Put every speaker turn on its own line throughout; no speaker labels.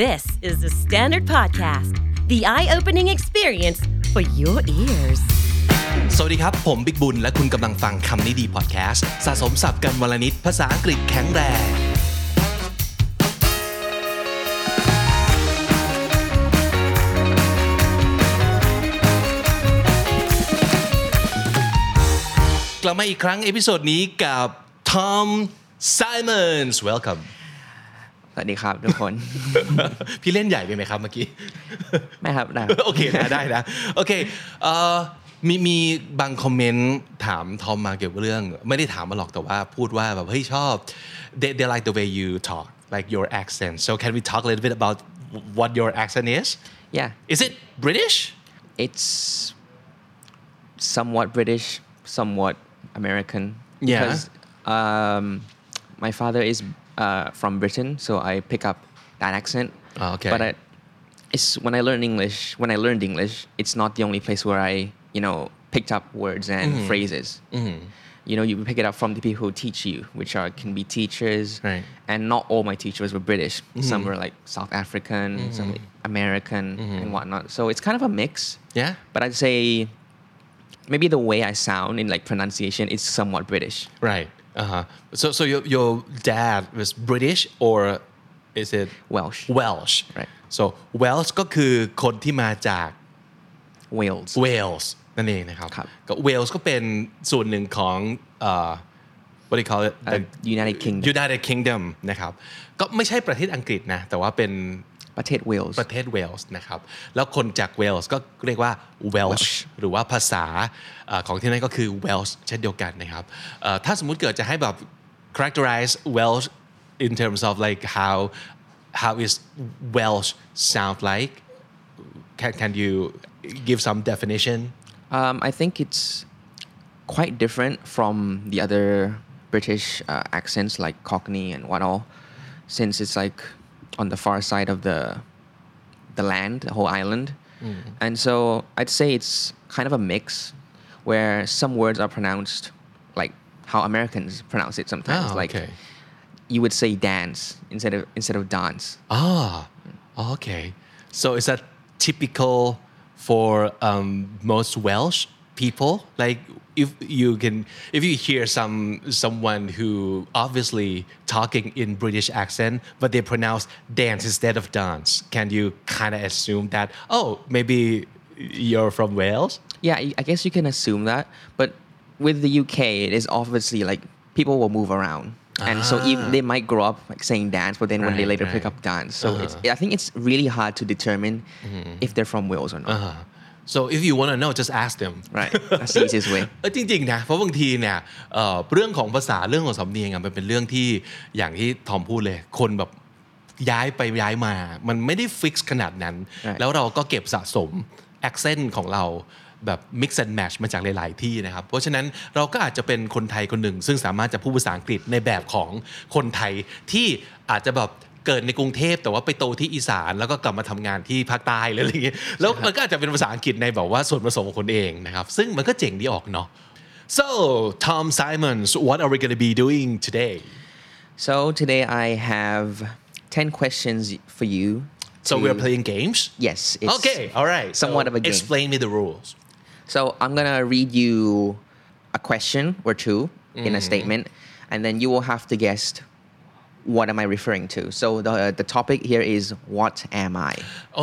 This is the Standard Podcast, the eye opening experience for your ears.
สวัสดีครับ ผมบิ๊กบุญ และคุณกำลังฟังคำนี้ดีพอดแคสต์สะสมสับกันวลนิดภาษาอังกฤษแข็งแรง กลับมาอีกครั้งเอพิโซดนี้กับ Tom Simons welcome
สวัสดีครับทุกคน
พี่เล่นใหญ่ไปไหมครับเมื่อกี้
ไม่ครับนะ
โอเคนะได้นะโอเคเอ่อมีมีบางคอมเมนต์ถามทอมมาเกี่ยวกับเรื่อง ไม่ได้ถามมาหรอกแต่ว่าพูดว่าแบบเฮ้ยชอบ they they like the way you talk like your accent so can we talk a little bit about what your accent is
yeah
is it British
it's somewhat British somewhat American
Yeah.
because um, my father is uh, from Britain so I pick up that accent
Ah, okay.
but I, it's when I learn English when I learned English it's not the only place where I you know picked up words and
Mm-hmm.
phrases you know you pick it up from the people who teach you which are can be teachers
Right.
and not all my teachers were British some were like South African some American and whatnot so it's kind of a mix
yeah
but I'd say maybe the way I sound in like pronunciation is somewhat British.
right uh huh so so your your dad was British or is it
Welsh,
Welsh
Right.
so Welsh ก็คือคนที่มาจาก
Wales.
เวลส์นั่นเองนะครับ
ครับ
ก็เวลส์ก็เป็นส่วนหนึ่งของเอ่อ what do you call it
Uh, United Kingdom.
United Kingdom นะครับก็ไม่ใช่ประเทศอังกฤษนะ แต่ว่าเป็น
But it Wales.
ประเทศเวลส์นะครับ แล้วคนจากเวลส์ก็เรียกว่า Welsh หรือว่าภาษาเอ่อของที่นั่นก็คือ Welsh เช่นเดียวกันนะครับเอ่อถ้าสมมุติเกิดจะให้แบบ characterize Welsh in terms of like how how is Welsh sound like can can you give some definition
Um, I think it's quite different from the other British uh, accents like Cockney and what all, since it's like on the far side of the the land, the whole island.
Mm.
And so I'd say it's kind of a mix where some words are pronounced like how Americans pronounce it sometimes.
Ah,
like
okay.
you would say dance instead of instead of dance.
Ah, okay. So is that typical for um, most Welsh people? Like, if you can, if you hear some someone who obviously talking in British accent, but they pronounce dance instead of dance, can you kind of assume that oh, maybe you're from Wales?
Yeah, I I guess you can assume that. But with the UK, it is obviously like people will move around, and so even, they might grow up like saying dance, but then when they
Ah. Right,
later pick
right. Uh-huh.
up dance, so it's, I think it's really hard to determine
Mm-hmm.
if they're from Wales or not.
Uh, so if you want to know, just ask them.
Right, that's the easiest way.
เออจริงๆนะเพราะบางทีเนี่ยเอ่อเรื่องของภาษาเรื่องของสำเนียงอะมันเป็นเรื่องที่อย่างที่ทอมพูดเลย คนแบบย้ายไปย้ายมา มันไม่ได้ฟิกซ์ขนาดนั้น
Right.
แล้วเราก็เก็บสะสม accent ของเราแบบ mix and match มาจากหลาย ๆ ที่นะครับ เพราะฉะนั้นเราก็อาจจะเป็นคนไทยคนหนึ่ง ซึ่งสามารถจะพูดภาษาอังกฤษในแบบของคนไทยที่อาจจะแบบเกิดในกรุงเทพแต่ว่าไปโตที่อีสานแล้วก็กลับมาทำงานที่ภาคใต้หรืออะไรอย่างเงี้ ยแล้วมันก็อาจจะเป็นภาษาอังกฤษในแบบว่าส่วนผสมของคนเองนะครับซึ่งมันก็เจ๋งดีออกเนาะ so Tom Simons what are we going to be doing today
So today I have ten questions for you.
so
to-
we're playing games
Yes. It's,
okay all right So
Somewhat of a game.
explain me the rules
So I'm gonna read you a question or 2 in
Mm-hmm.
a statement, and then you will have to guess what am I referring to. So the the topic here is what am I?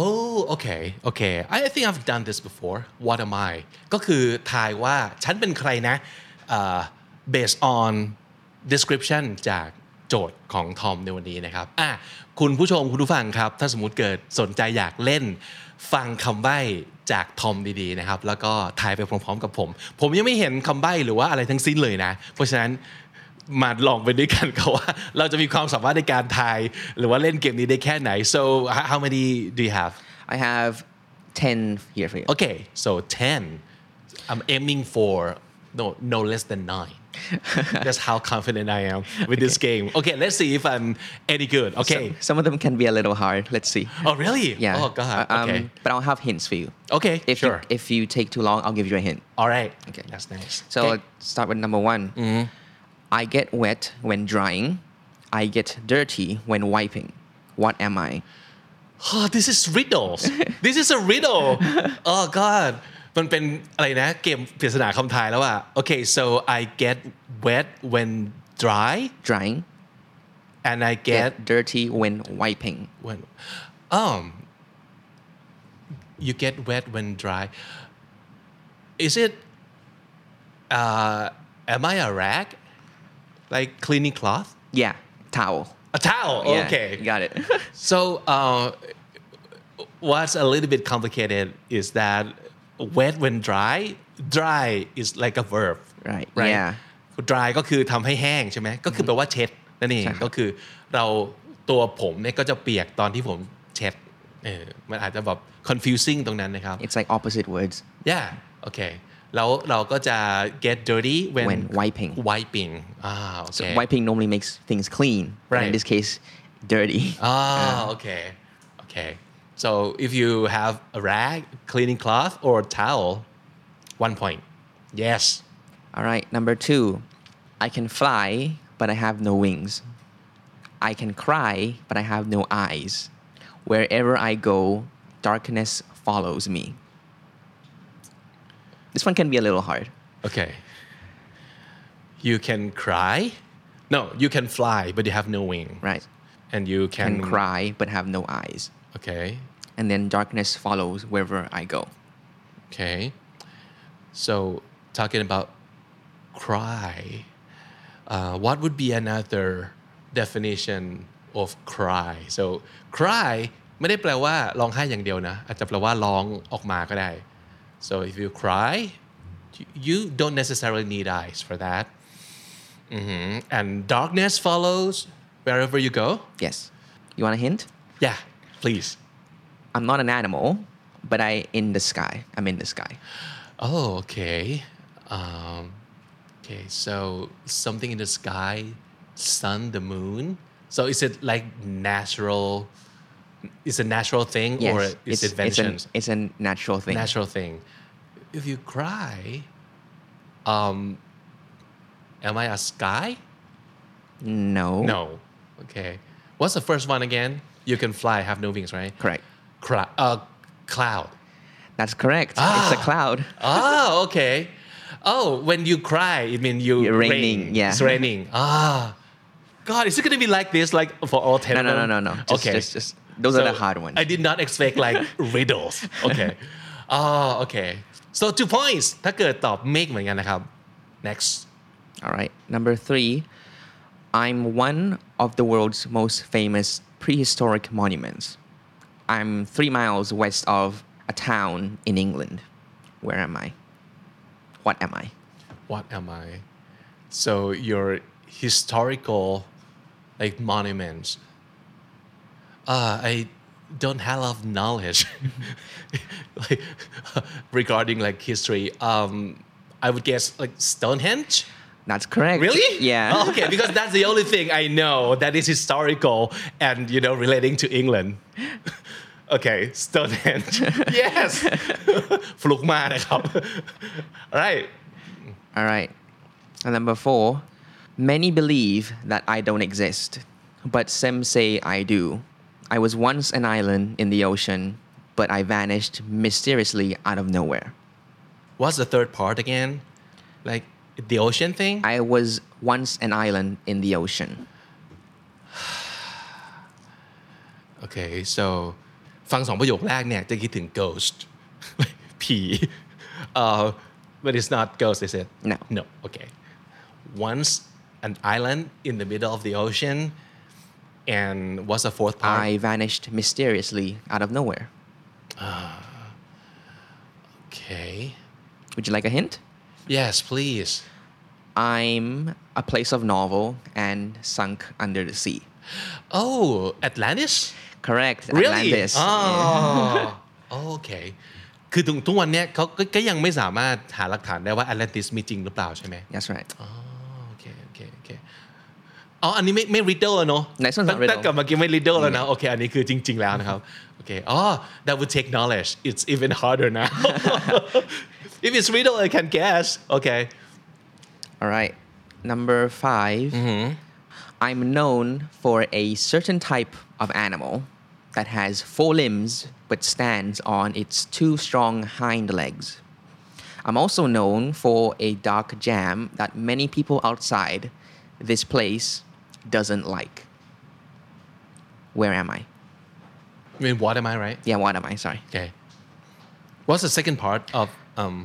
Oh, okay, okay. I think I've done this before. What am I? ก็คือทายว่าฉันเป็นใครนะเอ่อ based on description จากโจทย์ของทอมในวันนี้นะครับอ่ะคุณผู้ชมคุณผู้ฟังครับ ถ้าสมมติเกิดสนใจอยากเล่น ฟังคำใบ้จากทอมดีๆนะครับ แล้วก็ทายไปพร้อมๆกับผม ผมยังไม่เห็นคำใบ้หรือว่าอะไรทั้งสิ้นเลยนะ เพราะฉะนั้น มาลองไปด้วยกันครับว่าเราจะมีความสามารถในการทายหรือว่าเล่นเกมนี้ได้แค่ไหน so how- how many do you have
I have ten here for you.
okay so 10 I'm aiming for no no less than 9 that's how confident I am with this game okay let's see if I'm any good okay
Some, some of them can be a little hard. Let's see.
oh really
Yeah.
oh god
Uh, um,
okay
But I'll have hints for you.
okay
If
sure
you, if you take too long, I'll give you a hint.
all right
Okay.
that's nice
So
Okay. Mm-hmm.
let's start with number one. I get wet when drying. I get dirty when wiping. What am I?
oh, this is riddles this is a riddle oh god มันเป็นอะไรนะเกมปริศนาคำทายแล้วอะ okay so I get wet when dry
Drying,
and I get
get dirty when wiping.
when um you get wet when dry is it uh am I a rag like cleaning cloth
Yeah, towel.
a towel
Yeah,
okay
got it.
So, uh, what's a little bit complicated is that wet when dry, dry is like a verb,
Right,
Right.
yeah.
Dry ก็คือทำให้แห้งใช่ไหมก็คือแปลว่าเช็ดนั่นเอง
ใช่ครับ
ก็คือเราตัวผมเนี่ยก็จะเปียกตอนที่ผมเช็ดเออมันอาจจะแบบ confusing ตรงนั้นนะครับ
It's like opposite words.
yeah okay แล้วเราก็จะ get dirty when
When wiping
wiping อ่าโอเค
So wiping normally makes things clean. but
Right.
in this case, dirty.
Ah, okay. Okay. So if you have a rag, cleaning cloth, or a towel, one point. Yes.
All right, number two. I can fly, but I have no wings. I can cry, but I have no eyes. Wherever I go, darkness follows me. This one can be a little hard.
Okay. You can cry. No, you can fly, but you have no wing.
Right.
And you
I
can
can cry, but have no eyes.
Okay.
And then darkness follows wherever I go.
Okay. So talking about cry, uh, what would be another definition of cry? So cry ไม่ได้แปลว่าร้องไห้อย่างเดียวนะ อาจจะแปลว่าร้องออกมาก็ได้ so if you cry you don't necessarily need eyes for that Mhm. and darkness follows wherever you go
Yes. You want a hint?
yeah please
I'm not an animal, but I in the sky. I'm in the sky.
Oh, okay. Um, okay, so something in the sky, sun, the moon. So is it like natural? Is a natural thing or
Yes.
is it
it's, an,
invention?
it's a natural thing.
natural thing. If you cry, um, am I a sky?
no.
No. Okay. What's the first one again? You can fly, have no wings, right?
Correct.
Cry, uh, cloud.
That's correct.
Ah.
It's a cloud.
oh, okay. Oh, when you cry, it means you
You're raining,
rain.
yeah.
It's raining. Ah, God, is it gonna be like this, like for all ten?
No,
of
no, no,
them?
no, no. Just,
okay,
Just, just, those are the
So,
hard ones.
I did not expect like riddles. Okay. Oh, okay. So two points. ถ้าเกิดตอบ make เหมือนกันนะครับ next.
All right. Number three. I'm one of the world's most famous prehistoric monuments. I'm three miles west of a town in England. Where am I? What am I?
What am I? So your historical like monuments. Uh, I don't have a lot of knowledge like, regarding like history. Um, I would guess like Stonehenge.
That's correct.
Really?
Yeah.
Oh, okay, because that's the only thing I know that is historical and you know relating to England. Okay, Stonehenge. yes. ฟลุกมากนะครับ All right.
All right. And number four, many believe that I don't exist, but some say I do. I was once an island in the ocean, but I vanished mysteriously out of nowhere.
What's the third part again? Like the ocean thing?
I was once an island in the ocean.
okay, so ฟังสองประโยคแรกเนี่ยจะคิดถึง ghost ผี uh, but it's not ghost is it
No.
no okay once an island in the middle of the ocean and what's the fourth part
I vanished mysteriously out of nowhere.
okay
Would you like a hint?
yes please
I'm a place of novel and sunk under the sea.
oh Atlantis
Correct.
really Oh.
Atlantis.
อ๋อ โอเค คือถึงทุกวันเนี้ยเขาก็ก็ยังไม่สามารถหาหลักฐานได้ว่าแอตแลนติสมีจริงหรือเปล่าใช่ไหม
That's right.
โอเค โอเค โอเค อ๋อ อันนี้ไม่ไม่ riddle แล้วเนาะ
ไหนส่วนสาม riddle
ตั้งแต่กลับมากี้ไม่ riddle แล้วนะ โอเค อันนี้คือจริง ๆ แล้วนะครับ โอเค อ๋อ that would take knowledge it's even harder now if it's riddle I can guess okay
All right. Number 5 i I'm known for a certain type of animal that has four limbs but stands on its two strong hind legs. I'm also known for a dark jam that many people outside this place doesn't like. Where am I?
I mean, what am I, right?
Yeah, what am I? Sorry.
Okay. What's the second part of um,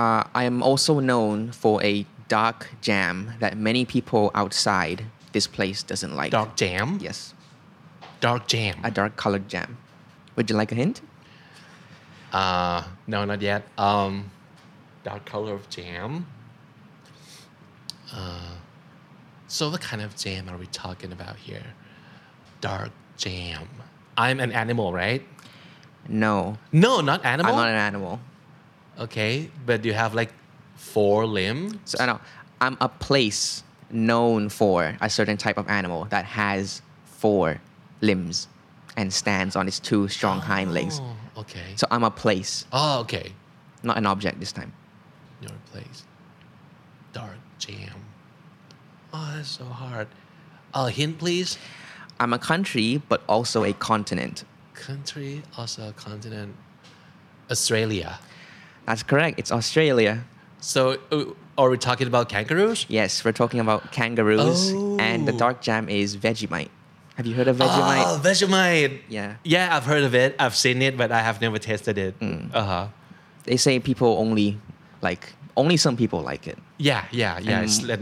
Uh, I am also known for a dark jam that many people outside this place doesn't like.
dark jam?
Yes,
Dark jam.
a dark colored jam. Would you like a hint?
Uh, no, not yet. Um, dark color of jam. Uh, so what kind of jam are we talking about here? Dark jam. I'm an animal, right?
No,
No, not animal.
I'm not an animal.
okay, but you have like four limb.
So I know I'm a place known for a certain type of animal that has four limbs and stands on its two strong hind legs.
Oh, okay.
So I'm a place,
oh, okay.
not an object this time.
Your place. Dark jam. Oh, that's so hard. A hint, please.
I'm a country, but also a continent.
Country, also a continent. Australia.
That's correct. It's Australia.
So, uh, are we talking about kangaroos?
Yes, we're talking about kangaroos, and the
Oh.
dark jam is Vegemite. Have you heard of Vegemite?
Oh, Vegemite.
Yeah.
Yeah, I've heard of it. I've seen it, but I have never tasted it.
Mm.
Uh huh.
They say people only like only some people like it.
Yeah, yeah, yeah.
And-
it's a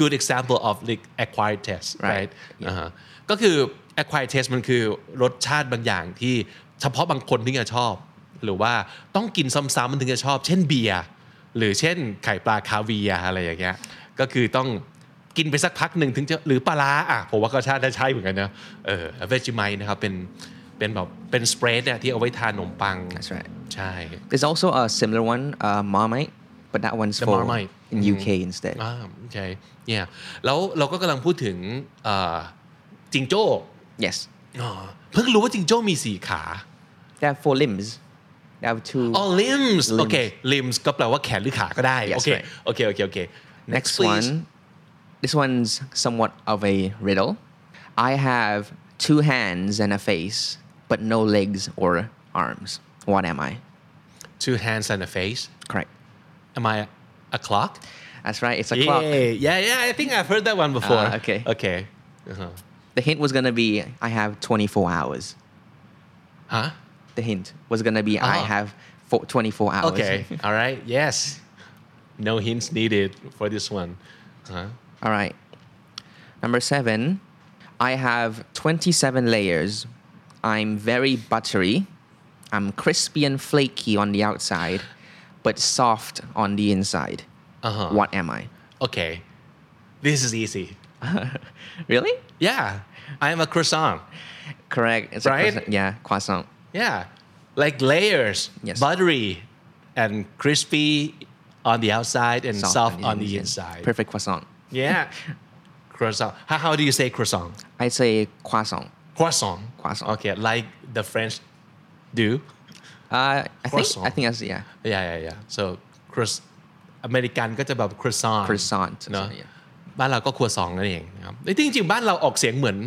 good example of like acquired taste
Right.
right
Yeah.
อ่าฮะก็คือ acquired taste มันคือรสชาติบางอย่างที่เฉพาะบางคนถึงจะชอบ หรือว่าต้องกินซ้ำๆมันถึงจะชอบ เช่นเบียร์หรือเช่นไข่ปลาคาเวียร์อะไรอย่างเงี้ยก็คือต้องกินไปสักพักหนึ่งถึงจะหรือปลาร้าอ่ะผมว่าก็ชาติได้ใช่เหมือนกันนะเออเวจิไมนะครับเป็นเป็นแบบเป็นสเปรดเนี่ยที่เอาไว้ทานขนมปัง
That's right.
ใช่
There's also a similar one, uh, Marmite, but that one's
The
for
Marmite.
in
Mhm.
UK instead.
อ่าโอเคเนี่ยแล้วเราก็กำลังพูดถึงเอ่อจิงโจ้
Yes,
อ๋อเพิ่งรู้ว่าจิงโจ้มีสี่ขา
they have four limbs. They have two.
อ๋อ limbs โอเค limbs ก็แปลว่าแขนหรือขาก็ได้
Yes,
โอเค
right.
โอเค โอเค โอเค
Next
please
one. This one's somewhat of a riddle. I have two hands and a face, but no legs or arms. What am I?
two hands and a face
Correct.
am I a clock
That's right. It's a clock.
yeah yeah yeah I think I've heard that one before
Ah, okay.
okay อ่าฮะ
The hint was gonna be I have 24 hours.
ฮะ
The hint was gonna be I
Oh.
have four, 24 hours.
okay all right yes no hints needed for this one ฮะ
All right. Number seven, I have 27 layers. I'm very buttery. I'm crispy and flaky on the outside, but soft on the inside.
Uh-huh.
What am I?
okay this is easy
Really?
Yeah, I am a croissant.
Correct. It's
Right?
A croissant. Yeah, croissant.
Yeah, like layers,
Yes.
buttery and crispy on the outside and soft, on the inside.
Perfect croissant.
Yeah, croissant. How, how do you say croissant?
I'd say croissant.
Croissant.
Croissant.
Okay, like the French do.
Uh, I
Croissant.
think I think that's yeah.
Yeah, yeah, yeah. So croissant. อเมริกันก็จะแบบ croissant
Croissant
เนอะ
yeah.
บ้านเราก็ครัวซองนั่นเองนะครับแต่จริงๆบ้านเราออกเสียงเหมือน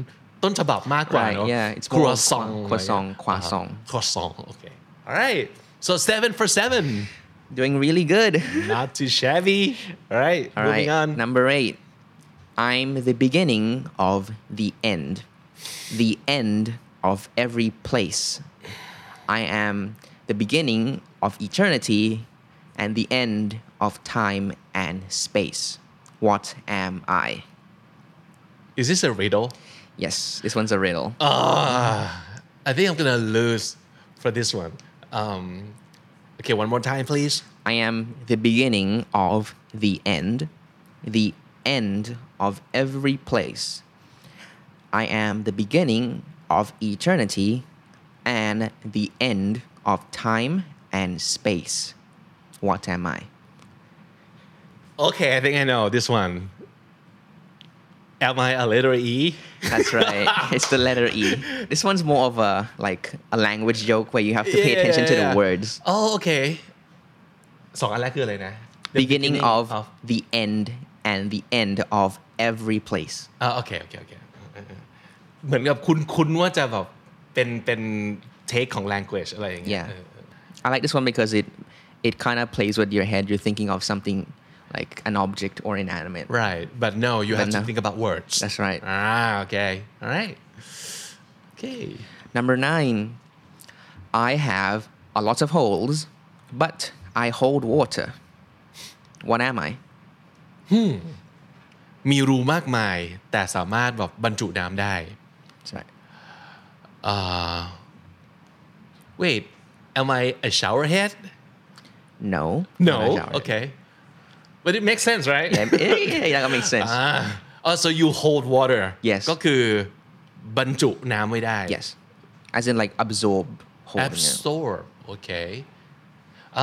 ต้นฉบับมากกว่า
Right,
เนอะ
yeah, it's
ครัวซอง
more croissant, croissant.
ครัวซอง okay alright so seven for seven
Doing really good.
not too shabby alright
All right.
moving on
Number eight. I'm the beginning of the end. The end of every place. I am the beginning of eternity and the end of time and space. What am I?
is this a riddle
Yes, this one's a riddle.
I think I'm gonna lose for this one um okay one more time please
I am the beginning of the end, the end of every place. I am the beginning of eternity and the end of time and space. What am I?
okay I think I know this one am I a letter E
That's right. it's the letter E. This one's more of a like a language joke where you have to pay
Yeah,
attention to
yeah,
the
yeah.
words.
oh okay สองอันแรกคืออะไรนะ The
Beginning, of,
of
the end and the end of every place.
อ่าโอเคโอเคโอเคเออเออเหมือนกับคุ้นคุ้นว่าจะแบบ เป็นเป็นเทคของ language อะไรอย่างเงี้ย
Yeah. Uh, I like this one because it it kind of plays with your head. You're thinking of something like an object or inanimate.
right but no you have
But
to
no.
think about words
That's right.
ah okay all right okay
Number nine, I have a lot of holes, but I hold water. What am I?
มีรูมากมายแต่สามารถแบบบรรจุน้ำได้
That's right.
uh, wait am I a shower head
No.
no
not a shower.
okay but it makes sense right
Yeah, yeah, yeah, yeah, that makes sense.
oh so you hold water
Yes.
ก็คือบรรจุน้ำไว้ได้
yes. As in like absorb holding it.
absorb okay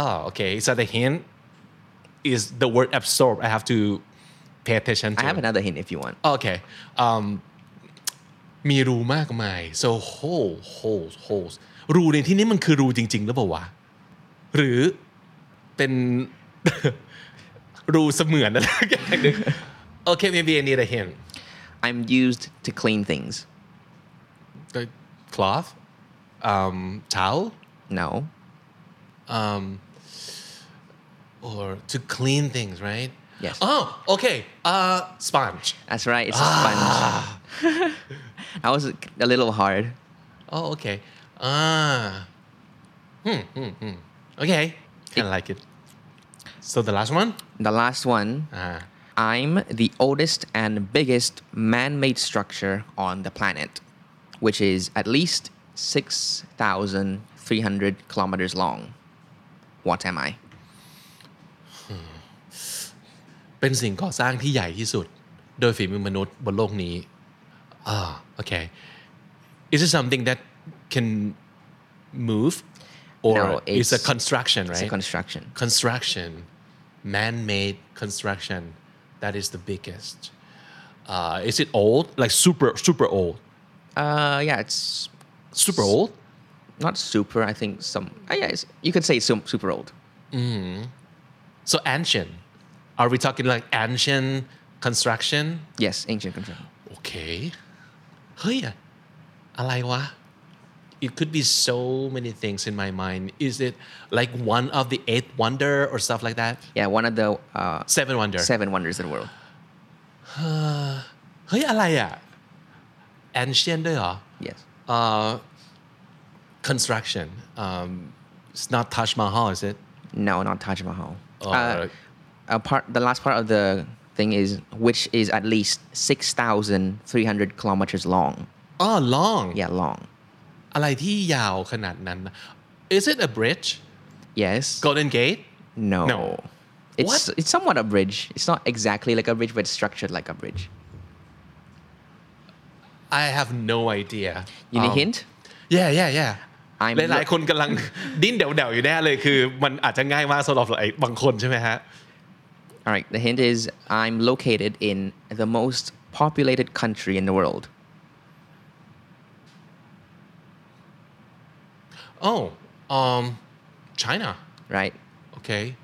ah okay so the hint is the word absorb i have to pay attention to
I have another hint if you want.
okay um มีรูมากมาย so hole holes holes รูในที่นี้มันคือรูจริง ๆ หรือเปล่าวะ หรือเป็น รูเสมือนอะไรสักอย่างหนึง okay maybe I need a hint
I'm used to clean things.
the cloth um towel
No.
or to clean things, right?
Yes.
Oh, okay. Uh, sponge.
That's right. It's a sponge. that was a little hard.
Oh, okay. Ah. Hmm, hmm, hmm. Okay. I like it. So the last one.
The last one.
Ah.
I'm the oldest and biggest man-made structure on the planet, which is at least 6,300 kilometers long. What am I?
เป็นสิ่งก่อสร้างที่ใหญ่ที่สุด โดยฝีมือมนุษย์บนโลกนี้ อ่า โอเค Is it something that can move or
No,
is a
it's-
construction right
It's a construction.
construction, man-made construction, that is the biggest. Uh, is it old? Like super, super old,
Uh, yeah, it's
super old.
not super. I think some. Uh, yeah, it's, you could say it's su- super old.
So ancient. Are we talking like ancient construction?
Yes, ancient construction.
Okay. Hey, alaiwa. It could be so many things in my mind. Is it like one of the eighth wonder or stuff like that?
Yeah, one of the uh,
Seven wonder.
seven wonders of the world.
เฮ้ยอะไรอ่ะ ancient ด้วยเหรอ
Yes.
construction um, it's not Taj Mahal is it
No, not Taj Mahal.
Oh,
uh,
right.
a part, the last part of the thing is which is at least six thousand three hundred kilometers long.
อ๋อ long
Yeah, long.
อะไรที่ยาวขนาดนั้นนะ is it a bridge
Yes.
Golden Gate
no.
No.
It's
What?
it's somewhat a bridge. It's not exactly like a bridge, but it's structured like a bridge.
I have no idea
You need
Um,
a hint?
yeah yeah yeah
I'm
หลาย
lo-
ๆคนกำลัง ดิ้นเดี่ยวๆอยู่แน่เลยคือ มันอาจจะง่ายมากสำหรับหลายบางคนใช่ไหมฮะ
All right. The hint is I'm located in the most populated country in the world.
oh um China
Right.
okay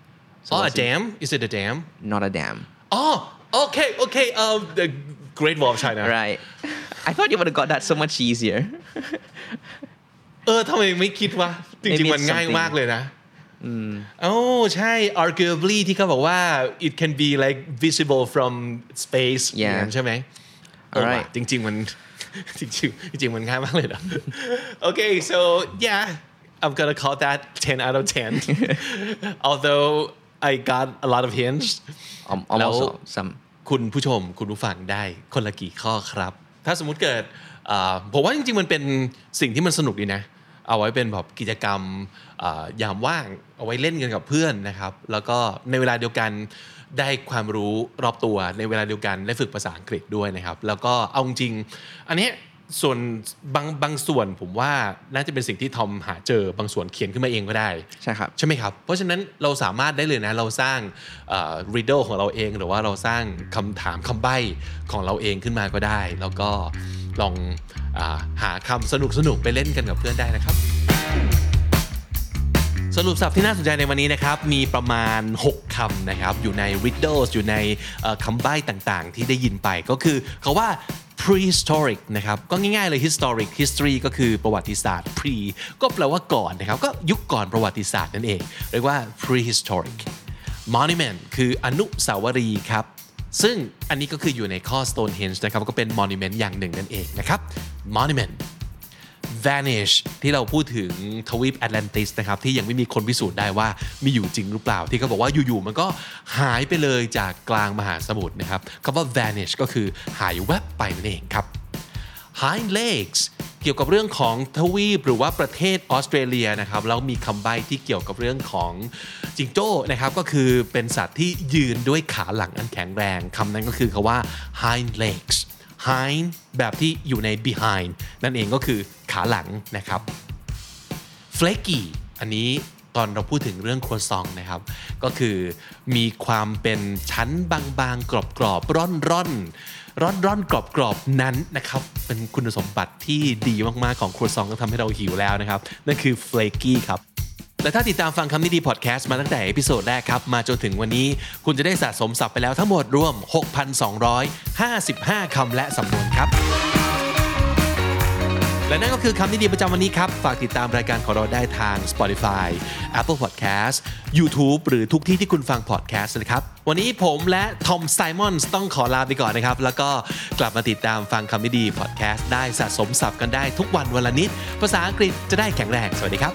oh a
what's it?
dam is it a dam
Not a dam.
oh okay okay um the Great Wall of China
Right. I thought you would have got that so much easier.
เออทำไมไม่คิดวะจ
Maybe
ริง
it's
ๆ มันง่าย
something-
มากเลยนะโอ้ใช่ arguably ที่เขาบอกว่า it can be like visible from space
Yeah.
อย่างนั้นใช่ไหมเออ
Alright.
ว่ะจริง ๆ มัน จริงๆจริงๆมันง่ายมาก เลยนะ okay so yeah I'm gonna call that 10 out of 10 although I got a lot of hints
Um,
แล้ว
almost all- some.
คุณผู้ชมคุณผู้ฟังได้คนละกี่ข้อครับ ถ้าสมมุติเกิดเอ่อผมว่าจริงๆ มันเป็นสิ่งที่มันสนุกดีนะ เอาไว้เป็นแบบกิจกรรมเอ่อยามว่างเอาไว้เล่นกันกับเพื่อนนะครับ แล้วก็ในเวลาเดียวกันได้ความรู้รอบตัวในเวลาเดียวกันได้ฝึกภาษาอังกฤษด้วยนะครับ แล้วก็เอาจริงๆอันเนี้ยส่วนบางบางส่วนผมว่าน่าจะเป็นสิ่งที่ทอมหาเจอบางส่วนเขียนขึ้นมาเองก็ได้
ใช่ครับ
ใช่ไหมครับ เพราะฉะนั้นเราสามารถได้เลยนะ เราสร้างเอ่อ riddle ของเราเองหรือว่าเราสร้างคำถามคำใบ้ของเราเองขึ้นมาก็ได้ แล้วก็ลองอาหาคำสนุกสนุกๆไปเล่นกันกับเพื่อนได้นะครับ สรุปสับที่น่าสนใจในวันนี้นะครับ มีประมาณ 6คำนะครับ อยู่ใน riddles อยู่ในเอ่อคำใบ้ต่างๆ ที่ได้ยินไปก็คือคาว่า prehistoric นะครับก็ง่ายๆเลย historic history ก็คือประวัติศาสตร์ pre ก็แปลว่าก่อนนะครับก็ยุคก่อนประวัติศาสตร์นั่นเอง เรียกว่า prehistoric monument คืออนุสาวรีย์ครับ ซึ่งอันนี้ก็คืออยู่ในข้อ Stonehenge นะครับก็เป็น monument อย่างหนึ่งนั่นเองนะครับ monument vanish ที่เราพูดถึงทวีปแอตแลนติสนะครับที่ยังไม่มีคนพิสูจน์ได้ว่ามีอยู่จริงหรือเปล่า ที่เขาบอกว่าอยู่ๆมันก็หายไปเลยจากกลางมหาสมุทรนะครับคำว่า vanish ก็คือหายแวบไปนั่นเองครับ hind legs เกี่ยวกับเรื่องของทวีปหรือว่าประเทศออสเตรเลียนะครับแล้วมีคำใบ้ที่เกี่ยวกับเรื่องของจิงโจ้นะครับก็คือเป็นสัตว์ที่ยืนด้วยขาหลังอันแข็งแรงคำนั้นก็คือคำว่า hind legs hind แบบที่อยู่ใน behind นั่นเองก็คือขาหลังนะครับ f l a k y อันนี้ตอนเราพูดถึงเรื่องครัวซองนะครับ ก็คือมีความเป็นชั้นบางๆ กรอบๆ ร่อนๆ ร่อนๆ กรอบๆ นั้นนะครับ เป็นคุณสมบัติที่ดีมากๆ ของครัวซองก็ทำให้เราหิวแล้วนะครับ นั่นคือ flaky ครับ และถ้าติดตามฟังคำนี้ดีพอดแคสต์มาตั้งแต่เอพิโซดแรกครับ มาจนถึงวันนี้คุณจะได้สะสมศัพท์ไปแล้วทั้งหมดรวม 6,255คำและสำนวนครับ และนั่นก็คือคำนิดีประจำวันนี้ครับ ฝากติดตามรายการของเราได้ทาง Spotify Apple Podcast YouTube หรือทุกที่ที่คุณฟัง podcast นะครับ วันนี้ผมและทอมไซมอนต้องขอลาไปก่อนนะครับ แล้วก็กลับมาติดตามฟังคำนิดี podcast ได้สะสมศัพท์กันได้ทุกวันวันละนิด ภาษาอังกฤษจะได้แข็งแรง สวัสดีครับ